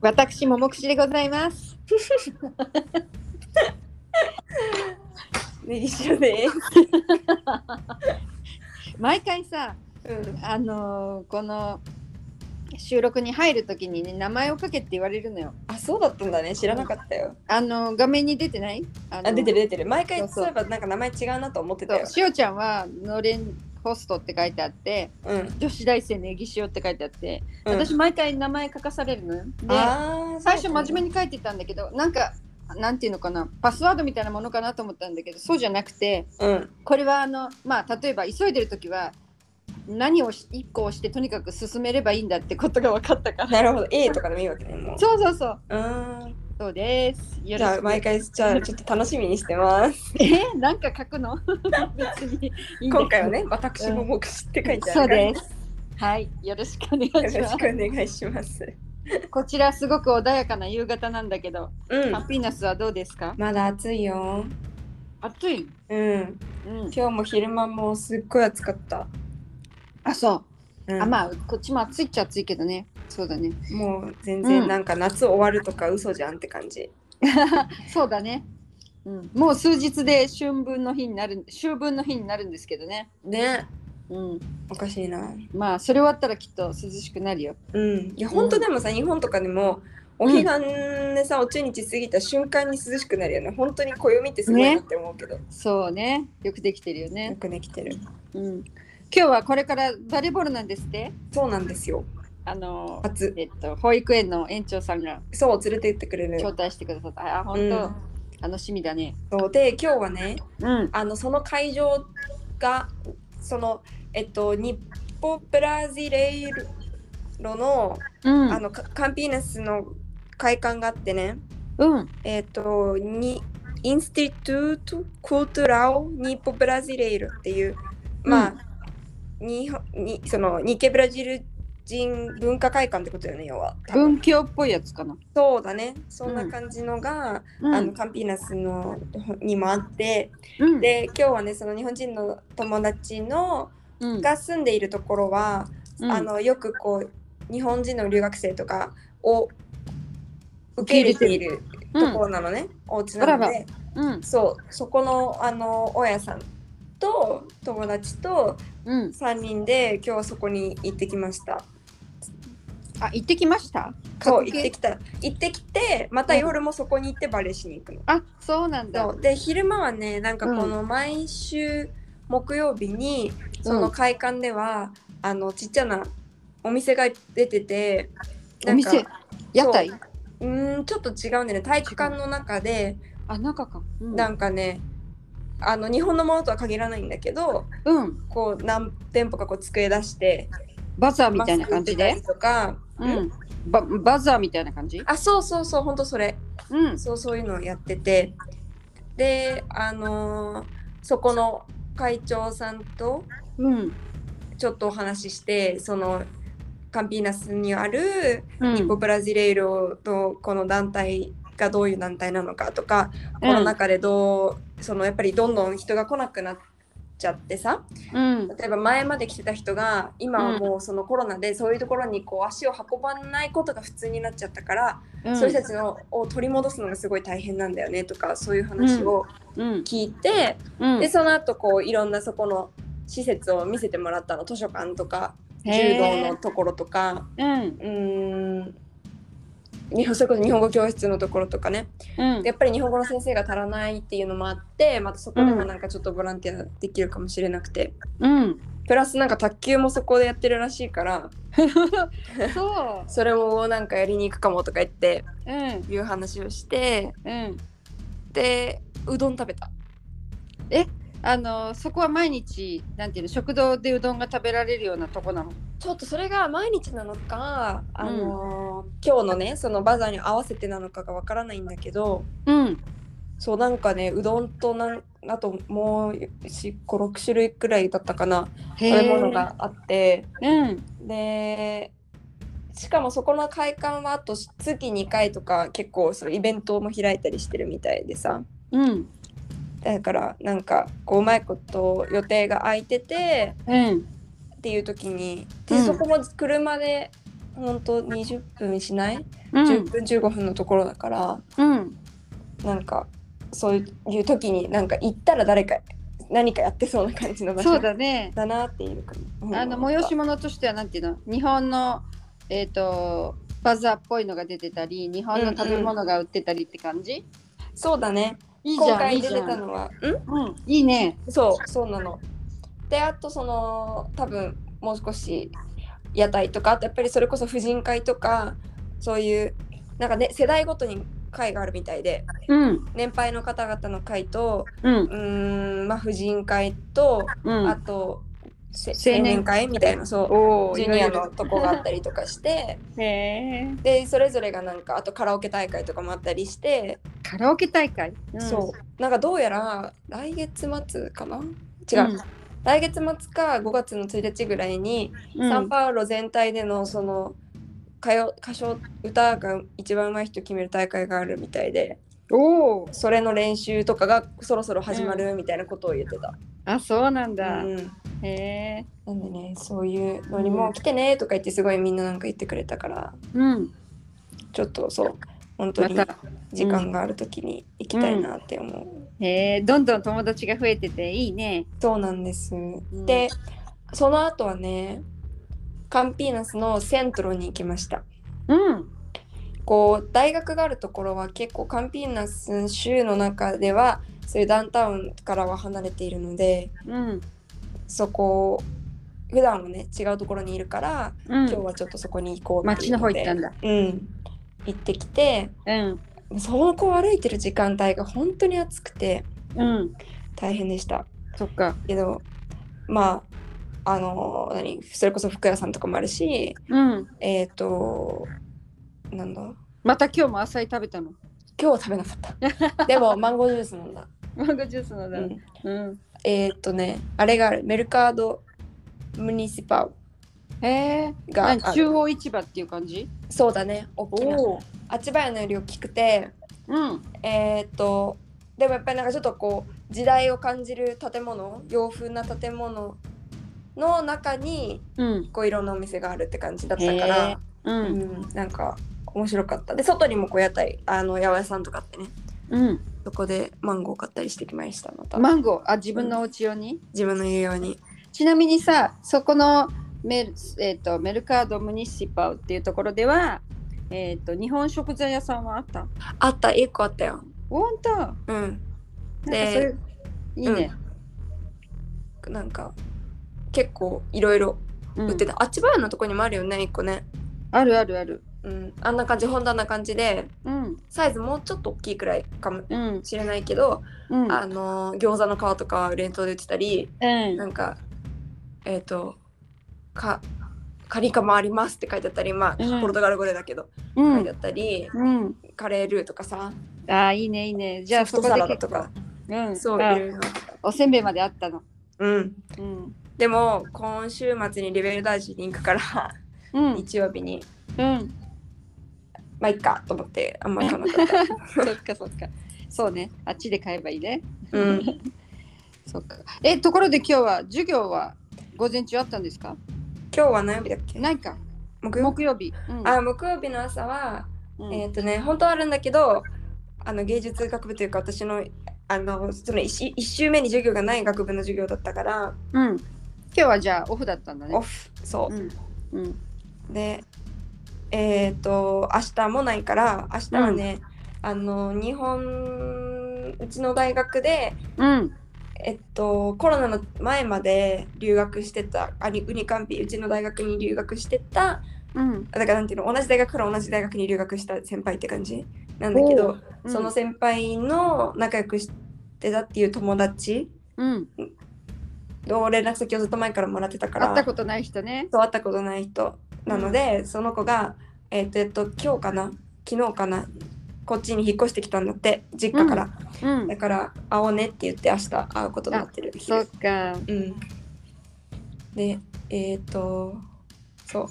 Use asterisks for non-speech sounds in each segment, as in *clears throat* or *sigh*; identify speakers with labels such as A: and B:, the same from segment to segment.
A: 私も目視でございます。
B: ネギ塩です。
A: 毎回さ、
B: うん。
A: あのーこの収録に入るときにね、名前をかけって言われるのよ。
B: あ、そうだったんだね。知らなかったよ。
A: あのー画面に出てない？あの
B: あ、出てる出てる。毎
A: そう
B: 回
A: そう
B: そういえばなんか名前違うなと思ってた
A: そう
B: よ。
A: しおちゃんはのれんホストって書いてあって、
B: うん。
A: 女子大生ネギ塩って書いてあって、
B: うん
A: 私毎回名前書かされるのよ。で、
B: ああ、
A: 最初真面
B: 目
A: 目に書いてたんだけど、なんかなんていうのかな、パスワードみたいなものかなと思ったんだけど、そうじゃなくて。
B: うん。
A: これはあのまあ例えば急いでる時は何をし一個押してとにかく進めればいいんだってことが分かったから。 *laughs*
B: なるほど。A とかでもいいわけね。もう。
A: そうそうそう。
B: うーん。
A: そうです。よ
B: じゃあ
A: ろし
B: 毎回じゃあちょっと楽しみにしてます。
A: く。えなんか書くの *laughs* 別に *laughs* いいんです
B: 今回は。ね、私も目視って書いて
A: そ
B: あ
A: う
B: るから。
A: です。はい。よろしくお願いし
B: よろ
A: ま
B: し
A: す。
B: くお願いします。
A: こちらすごく穏やかな夕方なんだけど、
B: うん
A: ハ。ピーナスはどうですか
B: まだ暑いよ。
A: 暑い。
B: うん。
A: うん。
B: 今日も昼間もすっごい暑かった。
A: あ、そう。
B: うん、
A: あ、まあ、こっちも暑いっちゃ暑いけどね。そうだね。
B: もう全然なんか夏終わるとか嘘じゃんって感じ。
A: そうだね。うん、もう数日で春分の日になる秋分の日になるんですけどね、
B: ね。
A: うん、
B: おかしいな。
A: まあそれ終わったらきっと涼しくなるよ
B: うん。いや、本当でもさ、日本とかでも、お彼岸でさ、お中日過ぎた瞬間に涼しくなるよね。本当に暦ってすごいなって思うけど。
A: そうねよくできてるよ
B: よ
A: ね、
B: くできてる。
A: うん、今日はこれからバレーボールなんですって
B: そうなんですよ。
A: あの
B: 初。
A: えっと保育園の園長さんが
B: そう、連れて行ってくれる。
A: 招待してくださったあ本当、楽しみだね
B: そうで、今日はね、
A: うん
B: あのその会場がそのえっと日本ブラジレイロの,、
A: うん
B: あのカカンピーナスの会館があってね
A: うん
B: えっとにインスティトゥート・コルトラオ・ニッポ・ブラジレイルっていうまあ、ににその日系ブラジル人文化会館ってことよね要は多分
A: 文教っぽいやつかな、
B: そうだねそんな感じのが、
A: うん、
B: あのカンピーナスのにもあって、
A: うん、
B: で今日はねその日本人の友達の
A: うん、
B: が住んでいるところは、
A: うん
B: あのよくこう日本人の留学生とかを受け入れている
A: うん
B: ところなのね、お家な
A: あら
B: の
A: ら
B: で
A: うん
B: そうそこのあの大家さんと友達と
A: うん
B: 3人で今日そこに行ってきました。
A: あ行ってきました
B: そう
A: 家
B: 行
A: 族
B: ってきた行ってきてまた夜もそこに行ってバレーしに行くの。
A: あそうなんだ
B: そうで昼間はねなんかこの毎週木曜日にその会館では、あのちっちゃなお店が出てて
A: お店屋台
B: そううーんちょっと違うんだよね体育館の中で
A: あ中かうん
B: なんかねあの日本のものとは限らないんだけど
A: うん
B: こう何店舗かこう机出して
A: バザーみたいな感じ
B: マ
A: で
B: スク売ってたりとか、
A: う
B: うん
A: んババザーみたいな感じ
B: あそうそうそうほんとそれ
A: うん
B: そうそういうのをやっててであのーそこの会長さんと
A: うん
B: ちょっとお話ししてそのカンピーナスにある
A: う
B: ニッポ
A: ん
B: ブラジレイロとこの団体がどういう団体なのかとか、コロナ禍でどうそのやっぱりどんどん人が来なくなっちゃってさ
A: うん
B: 例えば前まで来てた人が今はもうそのコロナでそういうところにこう足を運ばないことが普通になっちゃったから、
A: うん
B: そういう人たちのを取り戻すのがすごい大変なんだよねとかそういう話を
A: うん
B: 聞いて、
A: うん
B: でその後こういろんなそこの施設を見せてもらったの図書館とか柔道
A: へ
B: のところとか
A: ーうん
B: うーん日本それこそ日本語教室のところとかね
A: うん
B: やっぱり日本語の先生が足らないっていうのもあってまたそこでもなんかちょっとボランティアできるかもしれなくて、
A: うん
B: プラスなんか卓球もそこでやってるらしいから
A: そ
B: それもなんかやりに行くかもとか言って
A: ううん
B: いう話をして
A: うん
B: でうどん食べた
A: あのそこは毎日なんていうの食堂でうどんが食べられるようなとこなの
B: ちょっとそれが毎日なのか、あのー今日のねそのバザーに合わせてなのかがわからないんだけど
A: うん
B: そうなんかねうどんとなんあともう56種類くらいだったかな
A: へ
B: 食
A: ー
B: べ物があって
A: うん
B: でしかもそこの会館はあと月2回とか結構そのイベントも開いたりしてるみたいでさ
A: うん
B: だからなんかこううまいこと予定が空いてて
A: うん
B: っていう時にで、
A: うん
B: そこも車で本当20分しない、
A: う
B: 10
A: ん
B: 分15分のところだから
A: うん
B: なんかそういう時になんか行ったら誰か何かやってそうな感じの場所
A: そうだね
B: だなっていうか
A: あの催し物としてはなんていうの日本のえっ、とバザーっぽいのが出てたり日本の食べ物が売ってたりって感じ、
B: そうだね
A: いいじ
B: 今
A: ゃんい
B: 回
A: い
B: 出
A: じ
B: て
A: ゃ
B: た
A: ん、
B: のはん
A: うん、いいね
B: そうそうなのであとその多分もう少し屋台とかあとやっぱりそれこそ婦人会とかそういうなんかね世代ごとに会があるみたいで
A: うん
B: 年配の方々の会と
A: うん
B: うーんまあ婦人会と
A: う
B: あ
A: ん
B: とせ
A: 青年
B: 青年会みたいなそ
A: お
B: う
A: お
B: ジュニアのとこがあったりとかして
A: へえ
B: でそれぞれがなんかあとカラオケ大会とかもあったりして
A: カラオケ大会、うん
B: そうなんかどうやら来月末かな違う、
A: うん
B: 来月末か5月の1日ぐらいに、
A: うん
B: サンパウロ全体でのその歌謡歌唱歌が一番上手い人決める大会があるみたいで
A: おお
B: それの練習とかがそろそろ始まるみたいなことを言ってた、
A: あそうなんだ、
B: うん
A: へえ
B: なんでねそういうのにも来てねとか言ってすごいみんななんか言ってくれたから
A: うん
B: ちょっとそう本当
A: ま
B: に
A: た
B: 時間がある時に行きたいなって思う、
A: へえどんどん友達が増えてていいね
B: そうなんです。
A: ん
B: で、その後はね、カンピーナスのセントロに行きました。
A: うん
B: こう、大学があるところは結構カンピーナス州の中では、そういうダウンタウンからは離れているので、
A: うん
B: そこ、普段はね、違うところにいるから、
A: うん
B: 今日はちょっとそこに行こうって
A: 町
B: いう
A: の方行
B: で
A: ったんだ
B: うん。行ってきて、
A: うん
B: そこを歩いてる時間帯が本当に暑くて
A: うん
B: 大変でした。
A: そっか
B: けどまああの何それこそ服屋さんとかもあるし
A: うん
B: えっ、となんだ
A: また今日も浅い食べたの *laughs*
B: 今日は食べなかったでもマンゴージュース飲んだ、
A: マンゴージュースの
B: う
A: だ *laughs* う
B: ん、
A: ん、
B: えっ、とねあれがあるメルカードムニシパ
A: へえ
B: ウがある
A: 何中央市場っていう感じ
B: そうだね大きな
A: お
B: あちばやのより大きくて
A: うん
B: えっ、とでもやっぱりなんかちょっとこう時代を感じる建物洋風な建物の中に
A: うん
B: こういろんなお店があるって感じだったから
A: へー、う
B: うんん、なんか面白かったで外にもこう屋台あの八百屋さんとかあってね
A: うん
B: そこでマンゴー買ったりしてきましたまた、
A: マンゴーあ自分のお家用に、
B: 自分の言うように
A: ちなみにさそこのメル,、えー、とメルカード・ムニシパウっていうところでは、えー、と日本食材屋さんはあった
B: あった一個あったよ
A: 本当なんか
B: うん
A: そう
B: で
A: いういいね、
B: なんか結構いろいろ
A: うん
B: 売ってた、あっちばやのとこにもあるよね一個ね
A: あるあるある
B: うんあんな感じ本棚な感じで
A: うん
B: サイズもうちょっと大きいくらいかも
A: うん
B: しれないけど、
A: うん
B: あの餃子の皮とか冷凍で売ってたり
A: うん
B: なんかえっ、とかカリカもありますって書いてあったりまあ、
A: うん
B: ポルトガル語でだけど
A: う
B: 書いてあ
A: ん
B: ったり、
A: うん
B: カレールーとかさ
A: あーいいねいいねじゃあ
B: ソ
A: そこ
B: フトサ
A: で
B: ラダ
A: 結
B: とか
A: 構、うん、
B: そう
A: あ
B: いろいろ
A: おせんべいまであったの
B: うん
A: うん
B: でも今週末にリベルダージに行くから
A: うん
B: 日曜日に
A: うん
B: まあいっかと思ってあんまり行かなかった、
A: そっかそっかそうねあっちで買えばいいね *laughs*
B: うん、
A: そっかえところで今日は授業は午前中あったんですか
B: 今日は何曜日だっけ
A: ないか
B: 木曜日
A: 木曜日、うん
B: あ木曜日の朝は、
A: うん
B: えっ、とね本当はあるんだけどあの芸術学部というか私のあのその 1, 一週目に授業がない学部の授業だったから
A: うん。今日はじゃあオフだったんだ
B: オ
A: ね。
B: フそう
A: うん。うん。
B: でえっ、と明日もないから明日はね、あの日本うちの大学で
A: うん。
B: えっとコロナの前まで留学してたあにウニカンピうちの大学に留学してた
A: うん。
B: だからなんていうの同じ大学から同じ大学に留学した先輩って感じなんだけど、その先輩の仲良くしてたっていう友達
A: うん。
B: の連絡先をずっと前からもらってたから
A: 会ったことない人ね。
B: そう会ったことない人なので、その子がえっ、とえっと今日かな昨日かなこっちに引っ越してきたんだって実家から、
A: うん
B: だ。から会おうねって言って明日会うことになってる
A: そっか。
B: うんでえっ、とそう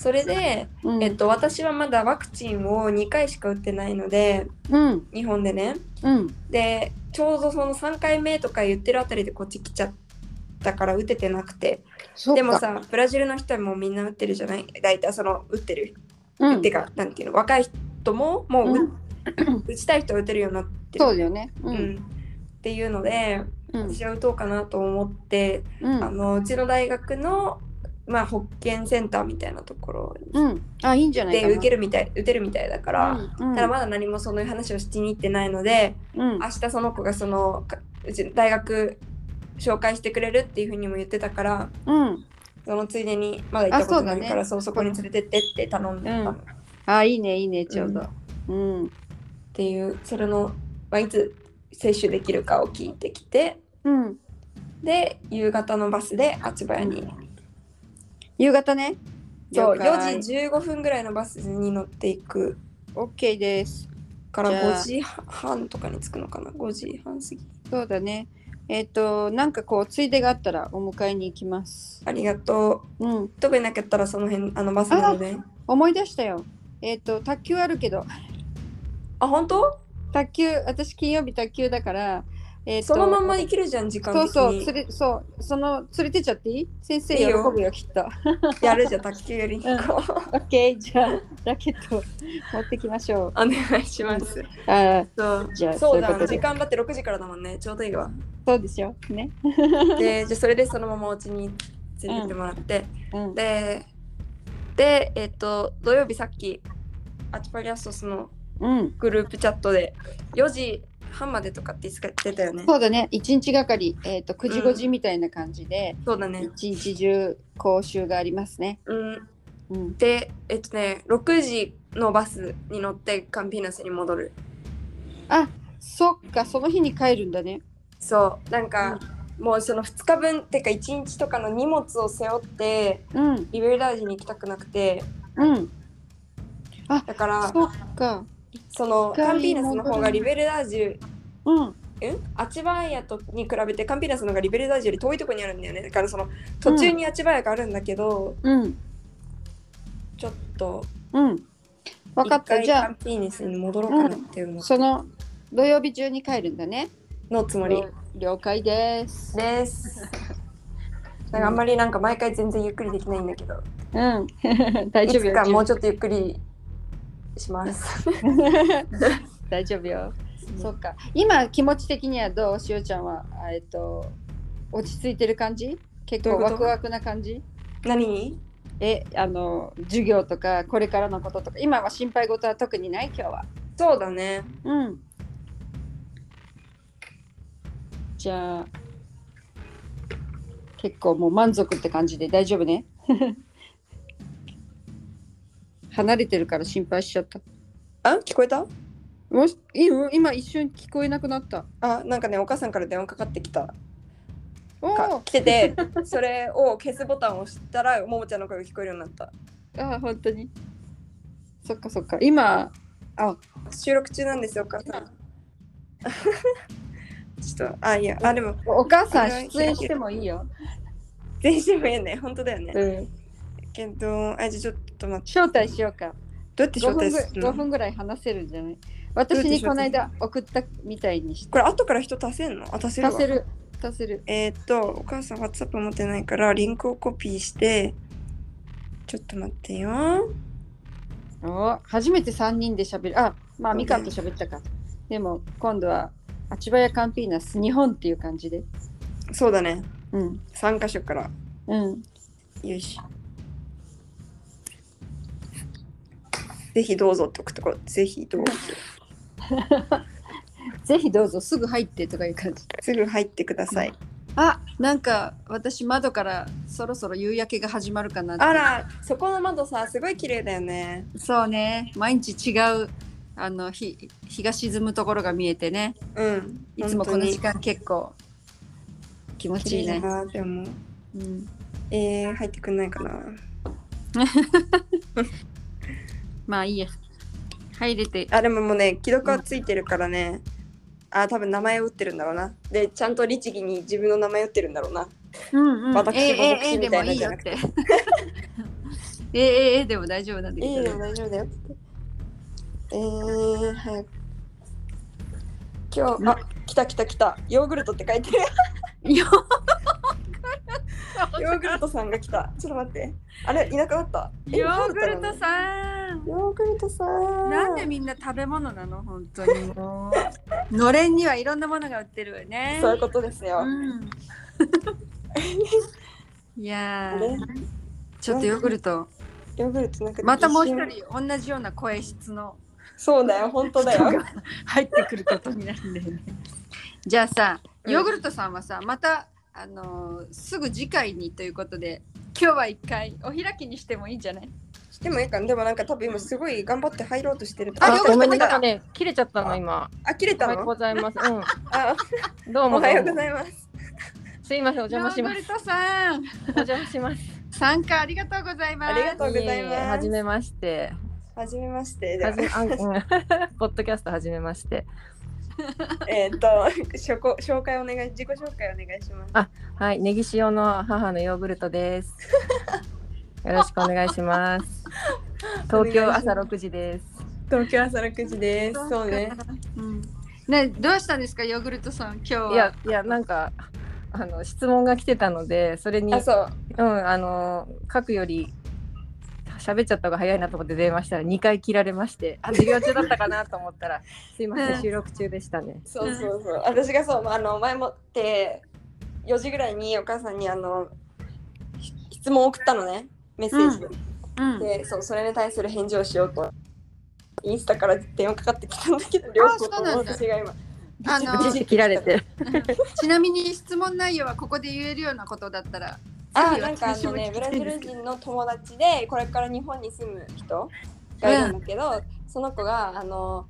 B: それで、
A: うん。
B: えっと私はまだワクチンを2回しか打ってないので
A: うん。
B: 日本でね
A: うん。
B: でちょうどその3回目とか言ってるあたりでこっち来ちゃっったから打ててなくて
A: そっか
B: でも、さブラジルの人はもうみんな打ってるじゃない大体その打ってる、
A: う
B: ってかなんていうの若い人ももう打,、
A: *clears throat*
B: 打ちたい人は打てるようになってる
A: そうだよね。う
B: うん
A: ん。
B: っていうので
A: うん。
B: 私は打とうかなと思って、
A: うん
B: あのうちの大学の、まあ、保健センターみたいなところ
A: うん。あ、いいんじゃない
B: で
A: かな。
B: 受けるみたい打てるみたいだから、
A: うん。
B: ただまだ何もその話をしに行ってないので、
A: うん
B: 明日その子がそのかうち大学紹介してくれるっていうふうにも言ってたから
A: うん。
B: そのついでにまだ行ったことないから
A: あ
B: そう、そこに連れてってって頼んでたの、
A: う
B: っ
A: んあ、いいね、いいね、ちょうど。うん。
B: ていうそれの、まあ、いつ接種できるかを聞いてきて
A: うん。
B: で夕方のバスであちばやに、
A: 夕方ね。
B: そう
A: 了解
B: 4時15分ぐらいのバスに乗っていく
A: オッケーです。
B: から
A: じゃあ
B: 5時半とかに着くのかな5時半過ぎ
A: そうだね。えっと、なんかこう、ついでがあったらお迎えに行きます。
B: ありがと
A: うん。
B: う飛べなかったらその辺あのバスなので
A: 思い出したよ。えっと、卓球あるけど、
B: あ本当
A: 卓球、私金曜日卓球だから、えっと
B: そのまんま行けるじゃん時間的
A: そ
B: に
A: うそう、つれそう、その、連れてっちゃっていい先生
B: いい
A: 喜
B: よ
A: ぶよ、きっと。 *laughs*
B: やるじゃん卓球より
A: うん
B: こう
A: オッケー、じゃあ、ラケット持ってきましょう。
B: お願いします。
A: あ
B: そう
A: ーじゃあ、
B: そう
A: いう
B: だ
A: こと
B: 時
A: で。
B: 間だって6時からだもんねちょうどいい
A: *laughs*
B: わ。
A: そうですよ。ね。
B: でじゃあそれでそのままお家に連れてってもらって、
A: うん。
B: ででえっ、と土曜日さっきアチパリアストスの
A: うん。
B: グループチャットで4時半までとかって言ってたよね。
A: そうだね、一日がかり、えっ、と、9時
B: うん
A: 5時みたいな感じで、
B: そうだね。
A: 一日中講習がありますね。
B: う
A: う
B: ん、
A: ん。
B: でえっ、とね6時のバスに乗ってカンピーナスに戻る。
A: そっか、その日に帰るんだね。
B: そうなんか、もうその2日分ってか1日とかの荷物を背負って
A: うん。
B: リベルダージに行きたくなくて
A: うん。
B: だから
A: そっか。
B: その
A: 一回
B: カンピーナスの方がリベルダージュ
A: うん。
B: うんアチバーヤとに比べてカンピーナスの方がリベルダージュより遠いところにあるんだよねだからその途中にアチバーヤがあるんだけど、
A: うん。
B: ちょっと
A: うん。わかった。
B: 一回
A: じ
B: カ
A: ゃ
B: ンピーナスに戻ろうかなっていう
A: あ、
B: の
A: その土曜日中に帰るんだね。
B: のつもり
A: 了解です。
B: ですなんかあんまりなんか毎回全然ゆっくりできないんだけど
A: うん。 *laughs* 大
B: い
A: 丈夫
B: つ
A: よ
B: か。もうちょっとゆっくりします
A: *laughs* 大丈夫よ。そっか。今気持ち的にはどうしおちゃんは、あえっと、落ち着いてる感じ結
B: どうい
A: 構
B: うこ
A: ワ
B: と
A: クワクな感じ
B: 何
A: え、あの、授業とか、これからのこととか、今は心配事は特にない今日は。
B: そうだね
A: うん。じゃあ、結構もう満足って感じで大丈夫ね。 *laughs* 離れてるから心配しちゃった。
B: あ聞こえた
A: もしいいの今一瞬聞こえなくなった。
B: あなんかねお母さんから電話かかってきた
A: お
B: か
A: お
B: 来ててそれを消すボタンを押したらももちゃんの声が聞こえるようになった
A: ああ、本当に。そっかそっか。今、
B: 収録中なんですよお母
A: *laughs*
B: さんちょっとあいやあでも
A: おお母さ
B: これ
A: ん
B: は
A: 出演してもいいよ。
B: 全身もええね本当だよね
A: うん。
B: けどあじゃあちょっと待って
A: 招待しようか。
B: どうやって
A: 5
B: 招
A: 分
B: 待
A: ぐ
B: する
A: 5
B: の
A: 分ぐらい話せるんじゃない私にこの間送ったみたいにして。
B: これ後から人足せんのあ足せるわ
A: 足せる。足せる。
B: えーっとお母さん WhatsApp 持ってないからリンクをコピーしてちょっと待ってよ
A: お初めて3人で喋る。あ、まあ、
B: そうね
A: みかんと喋ったか。でも、今度は、あちばやカンピーナス、日本っていう感じで。
B: そうだね
A: うん。
B: 3箇所から
A: うん。
B: よし。ぜひどうぞって送ってこうぜひどうぞ。
A: ぜひどうぞ、すぐ入ってとかいう感じ。
B: すぐ入ってください。
A: あ、なんか、私、窓からそろそろ夕焼けが始まるかなって
B: あら、そこの窓さ、すごい綺麗だよね。
A: そうね。毎日違う、あの、日、日が沈むところが見えてね。
B: うん。
A: いつもこの時
B: 間
A: 間結構、気持
B: 綺
A: ちいい
B: 麗
A: ね
B: だ。な、でも。
A: うん
B: えー、入ってくんないかな。
A: まあいいや。入れて。
B: あ、でももうね、既読はついてるからね。あ、多分名前を打ってるんだろうな。で、ちゃんと律儀に自分の名前打ってるんだろうな。
A: うんうん、
B: 私も
A: ええええ
B: 私
A: で
B: み
A: も
B: たいないん
A: い
B: じ
A: よ
B: ゃ
A: っ
B: なくて
A: て。ええええでも大丈夫なんだけ
B: いい
A: ど
B: よ、
A: ね。
B: 大丈夫だよって。えー、早く。今日、あ、来た来た来た。ヨーグルトって書いてる。
A: ヨーグ
B: ヨーグルトさんが来た。ちょっと待って。あれ、いなくなった。え
A: ヨーグルト
B: ん。
A: さん。
B: ヨーグルトさん。
A: なんでみんな食べ物なの本当にもう。のれんにはいろんなものが売ってるわね。
B: そういうことですよ。
A: うん、いや
B: あれ
A: ー、ちょっとヨーグルト。
B: ヨーグルトなんか
A: またもう一
B: 疑心
A: 人同じような声質の
B: そうだよ、本当だ
A: 人
B: よ。
A: が入ってくることになるんだよね。じゃあさ、
B: うん
A: ヨーグルトさんはさ、また、あのーすぐ次回にということで、今日は一回お開きにしてもいいんじゃない
B: でもいいかなでもなんか多分今すごい頑張って入ろうとしてる。
A: あ
C: あ、
A: よかった
C: ごめんな
A: よか
C: さ
A: った
C: いね。切れちゃったの、今。
B: あ、切れ
C: お
B: た
C: はよう
B: の
C: ございます。う
B: あ、 *laughs*
C: ん。どう
B: お
C: も
B: はよう
C: ど
B: ご
C: うも。
B: ざいます。
C: すいません、お邪魔し
B: *laughs*
C: ま
A: ヨ
C: す。
A: ーグルトさん、
C: お邪魔します。
A: 参加ありがとうございます。
B: ありがとうございます
C: ええはじめまして。
B: はじめまして。で
C: は
B: は
C: じめ、あうん、 *laughs* ポッドキャストはじめまして。
B: えーっと、 *laughs* 紹介紹介お願い、自己紹介お願いします。
C: はい、ネギ塩の母のヨーグル
B: *laughs*
C: トです。よろしくお願いします。東京朝6時です。
B: 東京朝6時です。そうね。
A: うんね、どうしたんですか、ヨーグルトさん、今日は。
C: いや、いや、なんか。あの質問が来てたので、それに、う
B: あ、
C: ん、
B: そう。
C: あの書くより。喋っちゃった方が早いなと思って電話したら2回切られましてあ授業中だったかなと思ったらすいませ
A: うん
C: ん収録中でしたね
B: そうそうそう。私がそう、あの前もって4時ぐらいにお母さんにあのひ質問を送ったのね、メッセージで。
A: うん、
B: で、そう、それに対する返事をしようと。インスタから電話かかってきたんだけど、
A: あ
B: 両
A: そう
B: 方と
A: な
B: も
A: んだ
B: 私が今。
A: あの
C: 一時切られて
A: ちなみに質問内容はここで言えるようなことだったら。
B: あ
A: ぜひ
B: なんかあ
A: 私
B: の
A: も聞
B: ね
A: き
B: ブ
A: た
B: ラ
A: い
B: ジ
A: んです
B: ル
A: けど
B: 人の友達でこれから日本に住む人がいるんだけど、その子があの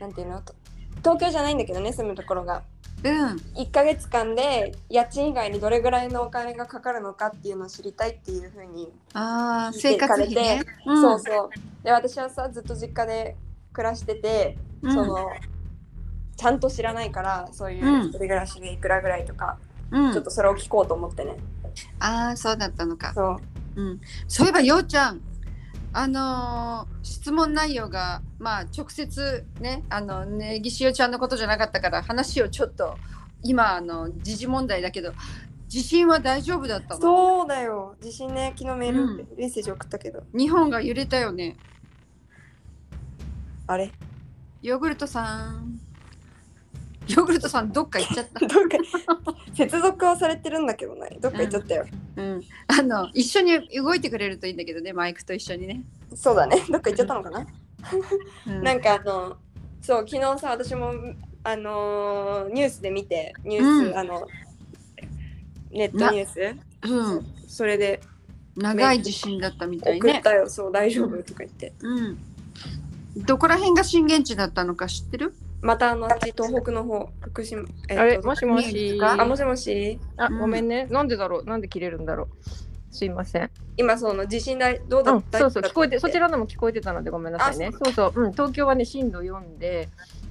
B: なんていうのと東京じゃないんだけどね住むところが
A: うん、
B: 1ヶ月間で家賃以外にどれぐらいのお金がかかるのかっていうのを知りたいっていうふうに、
A: ああ、
B: 聞いて
A: 生活費ね。ん
B: そうそうで私はさずっと実家で暮らしてて、
A: うん
B: そのちゃんと知らないからそういう
A: うん
B: 一人暮らしでいくらぐらいとか、
A: うん
B: ちょっとそれを聞こうと思ってね
A: ああ、そうだったのか。
B: そう
A: うん、そういえば、ようちゃん。あのー質問内容が、まあ、直接ね、あの、ねぎしおちゃんのことじゃなかったから、話をちょっと。今、あの、時事問題だけど。地震は大丈夫だったの。
B: そうだよ地震ね昨日メール、
A: うん
B: メッセージ送ったけど
A: 日本が揺れたよね。
B: あれ *laughs*
A: ヨーグルトさん。ヨーグルトさん、どっか行っちゃった
B: *laughs* ど。っか接続はされてるんだけどねどっか行っちゃったよ、
A: うん、あの一緒に動いてくれるといいんだけどねマイクと一緒にね、
B: そうだねどっか行っちゃったのかな、
A: うん
B: なんかあのそう昨日さ私もあのーニュースで見てニュース、
A: うん
B: あのネットニュース
A: うん、
B: それで
A: 長い地震だったみたい
B: 送っ
A: ね、
B: たよ、そう大丈夫とか言って
A: うん、どこら辺が震源地だったのか知ってる
B: またあの東北の方福島、えっと
C: あれもしも
A: 見える
C: し
A: か
B: あもしもし
C: あ、
A: うん
C: ごめんね。なんでだろう。なんで切れるんだろう。すいません。
B: 今その地震だいどうだ
C: う
B: っ
C: ん、
B: た
C: そうそう聞こえて、そち
B: ら
C: らのも聞こえてたのでごめんなさいね
B: あ。
C: そうそう、うん、東京はね震度4で、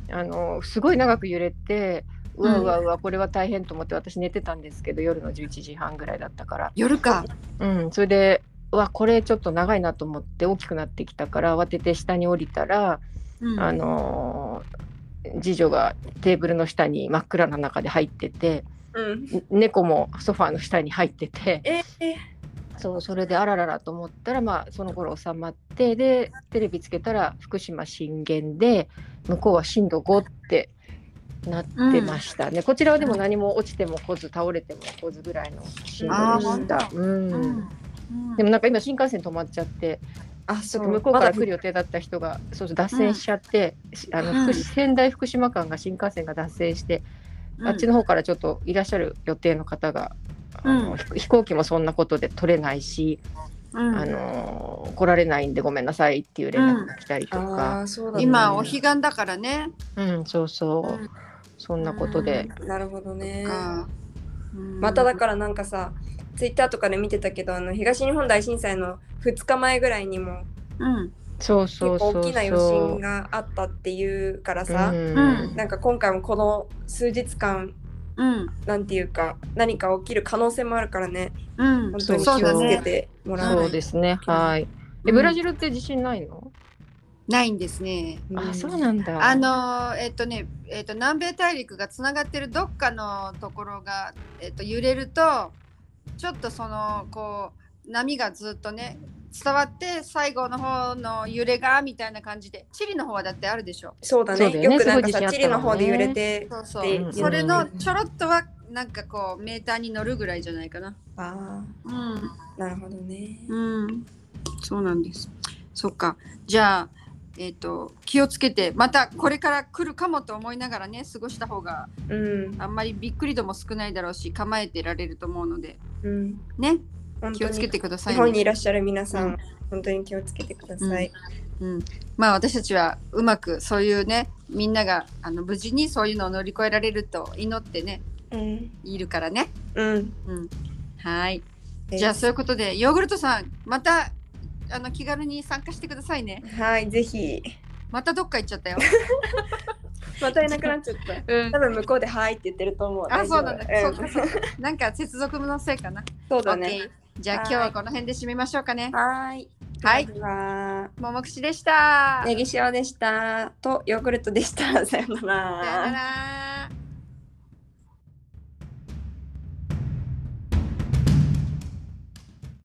C: あのすごい長く揺れて、うわうわうわこれは大変と思って私寝てたんですけど、夜の11時半ぐらいだったから、
A: 夜か
C: うん、それで。うわこれちょっと長いなと思って大きくなってきたから慌てて下に降りたら、
A: うん
C: あのー次女がテーブルの下に真っ暗な中で入ってて
B: うん
C: ね猫もソファーの下に入ってて
B: えー、
C: そうそれであらららと思ったら、まあ、その頃収まってでテレビつけたら福島震源で向こうは震度5ってなってましたね、こちらはでも何も落ちても来ず倒れても来ずぐらいの震度でした
A: あー本。
C: うん
A: うん
C: でもなんか今新幹線止まっちゃって
B: あそ
C: ち
B: う
C: ょっと向こうから来る予定だった人がそうそう脱線しちゃって、あの
A: うん
C: 福仙台福島間が新幹線が脱線してあっちの方からちょっといらっしゃる予定の方が、あの
A: うん
C: 飛飛行機もそんなことで取れないし、
A: うん
C: あのー来られないんでごめんなさいっていう連絡が来たりと
B: あ
C: か、
B: あーそうだ、
A: うん
B: ね、
A: 今お彼岸だからね、
C: うんそうそう、そんなことで、
B: なるほどね
A: かうん
B: まただからなんかさツイッターとかで見てたけどあの東日本大震災の2日前ぐらいにも
A: うん
C: そう
B: 結
C: そう
B: 構
C: そう
B: 大きな余
C: そ
B: 震
C: う。
B: があったっていうからさ、
C: うん
B: なんか今回もこの数日間
A: うん
B: なんていうか何か起きる可能性もあるからね
A: うん
B: 本当
A: そう
B: に気を
A: だ
B: つけ
A: ね
B: てもら
C: そう
B: わない
C: ですね、はい。
A: う
C: え、
A: ん
C: ブラジルって地震ないの。
A: ないんですね
B: と
C: あ、そうなんだ。
A: あのーえっとね、えっと、南米大陸がつながってるどっかのところが、えっと、揺れるとちょっとそのこう波がずっとね伝わって最後の方の揺れがみたいな感じでチリの方はだってあるでしょ
B: そうだね
C: そうだよね
B: よくなん
C: すごい
B: かさ
C: 地震あった
B: チリの方で揺れ
C: もん
B: て
A: そうそ
B: で
A: うそれのちょろっとはなんかこうメーターに乗るぐらいじゃないかな
B: あ
A: うん
B: あなるほどね
A: うん、そうなんです。そっか。じゃあ、えっ、と、気をつけて、またこれから来るかもと思いながらね、過ごした方が、
B: うん
A: あんまりびっくり度も少ないだろうし、構えてられると思うので、
B: うん
A: ね、
B: 本
A: 気
B: 当
A: をつけ
B: に
A: てくださ
B: 日
A: い、
B: 本に
A: ね。
B: いらっしゃる皆さ
A: うん
B: ん本当に気をつけてください
A: うん、まあ、私たちはうまく、そういうね、みんながあの無事にそういうのを乗り越えられると祈ってね、
B: うん
A: いるからね。
B: うん
A: うん、はい。
B: え
A: じゃあ、そういうことで、ヨーグルトさん、また、あの気軽に参加してくださいね。
B: はいぜひ
A: またどっか行っちゃったよ。
B: またいなくなっちゃった
A: うん
B: 多分向こ *laughs* うで「はい」って言ってると思う
A: あ、
B: 大丈
A: そ
B: 夫
A: うなんだ。
B: う
A: そ
B: ん
A: うかそうかなんか接続のせいかな。
B: *laughs* そうだね
A: OK じゃあ今日はこの辺で締めましょうかね。
B: はーい
A: はい
B: では
A: ももくしでした。
B: ネギ塩でしたとヨーグルトでした *laughs* さよなら
A: さよなら。